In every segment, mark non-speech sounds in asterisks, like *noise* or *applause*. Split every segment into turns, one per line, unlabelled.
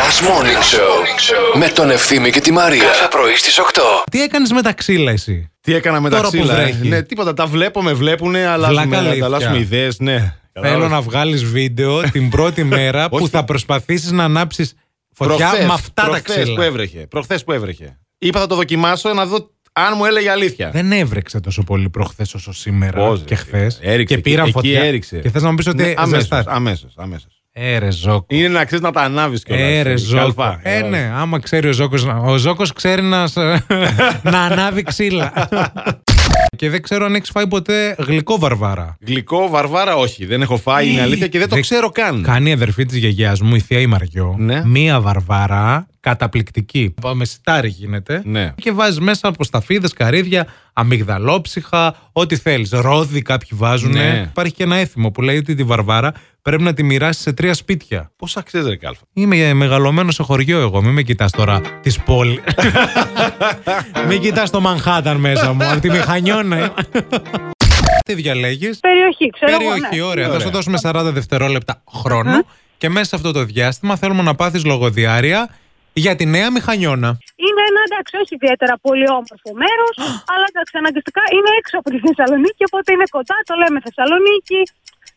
Last Morning Show με τον Ευθύμη και τη Μαρία. Κάθε πρωί στις 8.
Τι έκανες με τα ξύλα εσύ.
Τι έκανα με τα
Τώρα που
ξύλα. ε.
βρέχει.
Ναι, τίποτα. Τα βλέπω, με βλέπουνε,
Βλάκα
αλλάζουμε,
αλήθεια.
ανταλλάσσουμε ιδέες. Ναι.
Θέλω να βγάλεις βίντεο την πρώτη μέρα που
*laughs* Όχι.
θα προσπαθήσεις να ανάψεις φωτιά
Προχθές,
με αυτά τα
προχθές που
ξύλα.
έβρεχε. Προχθές που έβρεχε. Είπα θα το δοκιμάσω να δω αν μου έλεγε αλήθεια.
Δεν έβρεξε τόσο πολύ προχθές όσο σήμερα
Πώς, ρε,
και χθες.
έριξε,
Και πήραν
εκεί- εκεί
φωτιά.
έριξε.
Και θες να μου πεις ότι.
αμέσω.
ζεστά.
Αμέσως, αμέσως.
Ε, ρε Ζόκο.
Είναι να ξέρεις να τα ανάβεις κιόλας.
Ε, ρε Ζόκο. Ε, ναι, άμα ξέρει ο Ζόκο. Ο Ζόκο ξέρει να,
*laughs*
σε- να ανάβει ξύλα. και δεν ξέρω αν έχεις φάει ποτέ γλυκό βαρβάρα.
Γλυκό, βαρβάρα, όχι. Δεν έχω φάει,
Ε,
είναι αλήθεια και δεν το
Δεν-
ξέρω καν.
Κάνει η αδερφή της γιαγιάς μου, η θεία η Μαριό,
Ναι.
μία βαρβάρα καταπληκτική. Με σιτάρι γίνεται.
Ναι.
Και βάζεις μέσα αποσταφίδες, καρύδια, αμυγδαλόψυχα, ό,τι θέλεις. Ρόδι κάποιοι βάζουν.
Ναι.
Υπάρχει και ένα έθιμο που λέει ότι τη βαρβάρα πρέπει να τη μοιράσεις σε τρία σπίτια.
Πόσα ξέρει, ρε Κάλφα.
Είμαι μεγαλωμένος σε χωριό εγώ. Μην με κοιτάς τώρα τη
*laughs*
πόλη. Μην κοιτάς το Μανχάταν μέσα μου. Από τη
*laughs*
μηχανιώνα. Τι διαλέγεις.
Περιοχή, ξέρω
Περιοχή,
εγώ. ναι.
ωραία. Θα
Ωραία.
σου δώσουμε 40 δευτερόλεπτα χρόνο. Και μέσα σε αυτό το διάστημα θέλουμε να πάθεις λογοδιάρεια για τη νέα μηχανιώνα.
Ναι. Είναι ένα εντάξει, όχι ιδιαίτερα πολύ όμορφο μέρος, αλλά εντάξει, αναγκαστικά είναι έξω από τη Θεσσαλονίκη, οπότε είναι κοντά, το λέμε Θεσσαλονίκη.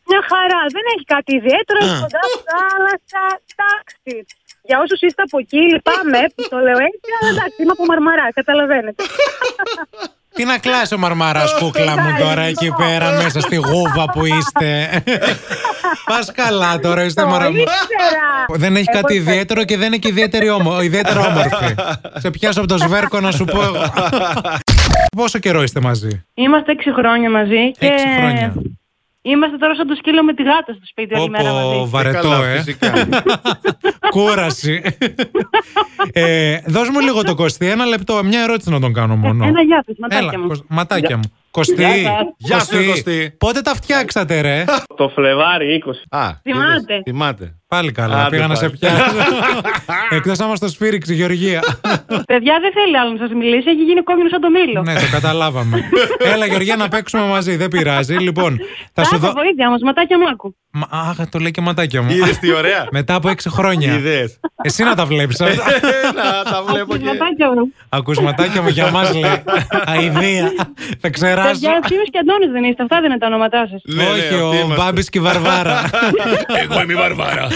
Μια χαρά. Δεν έχει κάτι ιδιαίτερο, είναι κοντά στη θάλασσα. Εντάξει. Για όσους είστε από εκεί, λυπάμαι που το λέω έτσι, αλλά εντάξει, είμαι από Μαρμαρά, καταλαβαίνετε.
Τι να κλάσεις ο μαρμαράς κούκλα μου τώρα εκεί πέρα μέσα στη γούβα που
*laughs*
είστε. Πας καλά τώρα, *laughs* είστε
Το
μαρμαρά.
ήξερα.
Δεν έχει
Εγώ
κάτι
ήξερα.
ιδιαίτερο και δεν είναι και ιδιαίτερη όμο, ιδιαίτερα
*laughs*
όμορφη. Σε πιάσω από το σβέρκο να σου πω εγώ. Πόσο καιρό είστε μαζί,
Είμαστε έξι χρόνια μαζί και
Έξι χρόνια.
είμαστε τώρα σαν το σκύλο με τη γάτα στο σπίτι όλη μέρα
Όπω
μαζί.
βαρετό,
Καλά,
ε.
φυσικά.
Κούραση. ε, δώσ' μου λίγο το Κωστή, ένα λεπτό, μια ερώτηση να τον κάνω μόνο.
Ένα γεια σας, ματάκια
Έλα,
μου.
Κωσ- ματάκια μου. Κωστή,
Γεια σου, Κωστή.
πότε τα φτιάξατε ρε.
Το Φλεβάρι 20.
Α,
Θυμάται.
είδες, Θυμάται.
Πάλι καλά,
Άντε
πήγα να σε
πάλι. *laughs*
πιάσω. Εκτός άμα στο σφύριξε η Γεωργία.
Παιδιά δεν θέλει άλλο να σας μιλήσει, έχει γίνει κόκκινο σαν το μήλο.
ναι, το καταλάβαμε. Έλα Γεωργία να παίξουμε μαζί, δεν πειράζει. Λοιπόν, θα σου
Κάθε
δω...
βοήθεια όμως, ματάκια μου άκου.
Μα- Αχ, το λέει και ματάκια μου.
Είδες τι ωραία.
Μετά από έξι χρόνια.
Είδες.
Εσύ να τα βλέπεις.
*laughs* Να τα βλέπω και.
Ματάκια μου.
Ακούσματάκια μου για μας
*laughs*
λέει. Αηδία. Θα ξεράσω.
Παιδιά, Θήμιος και Αντώνης δεν είστε, αυτά δεν είναι τα ονόματά σας.
Ναι, ναι,
Όχι,
αυτοί
ο
είμαστε.
Μπάμπης και η Βαρβάρα.
Εγώ είμαι η Βαρβάρα.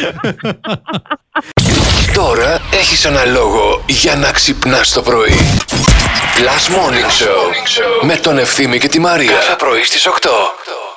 Τώρα έχεις ένα λόγο για να ξυπνάς το πρωί. Last Morning Show με τον Ευθύμη και τη Μαρία. Κάθε πρωί στις 8.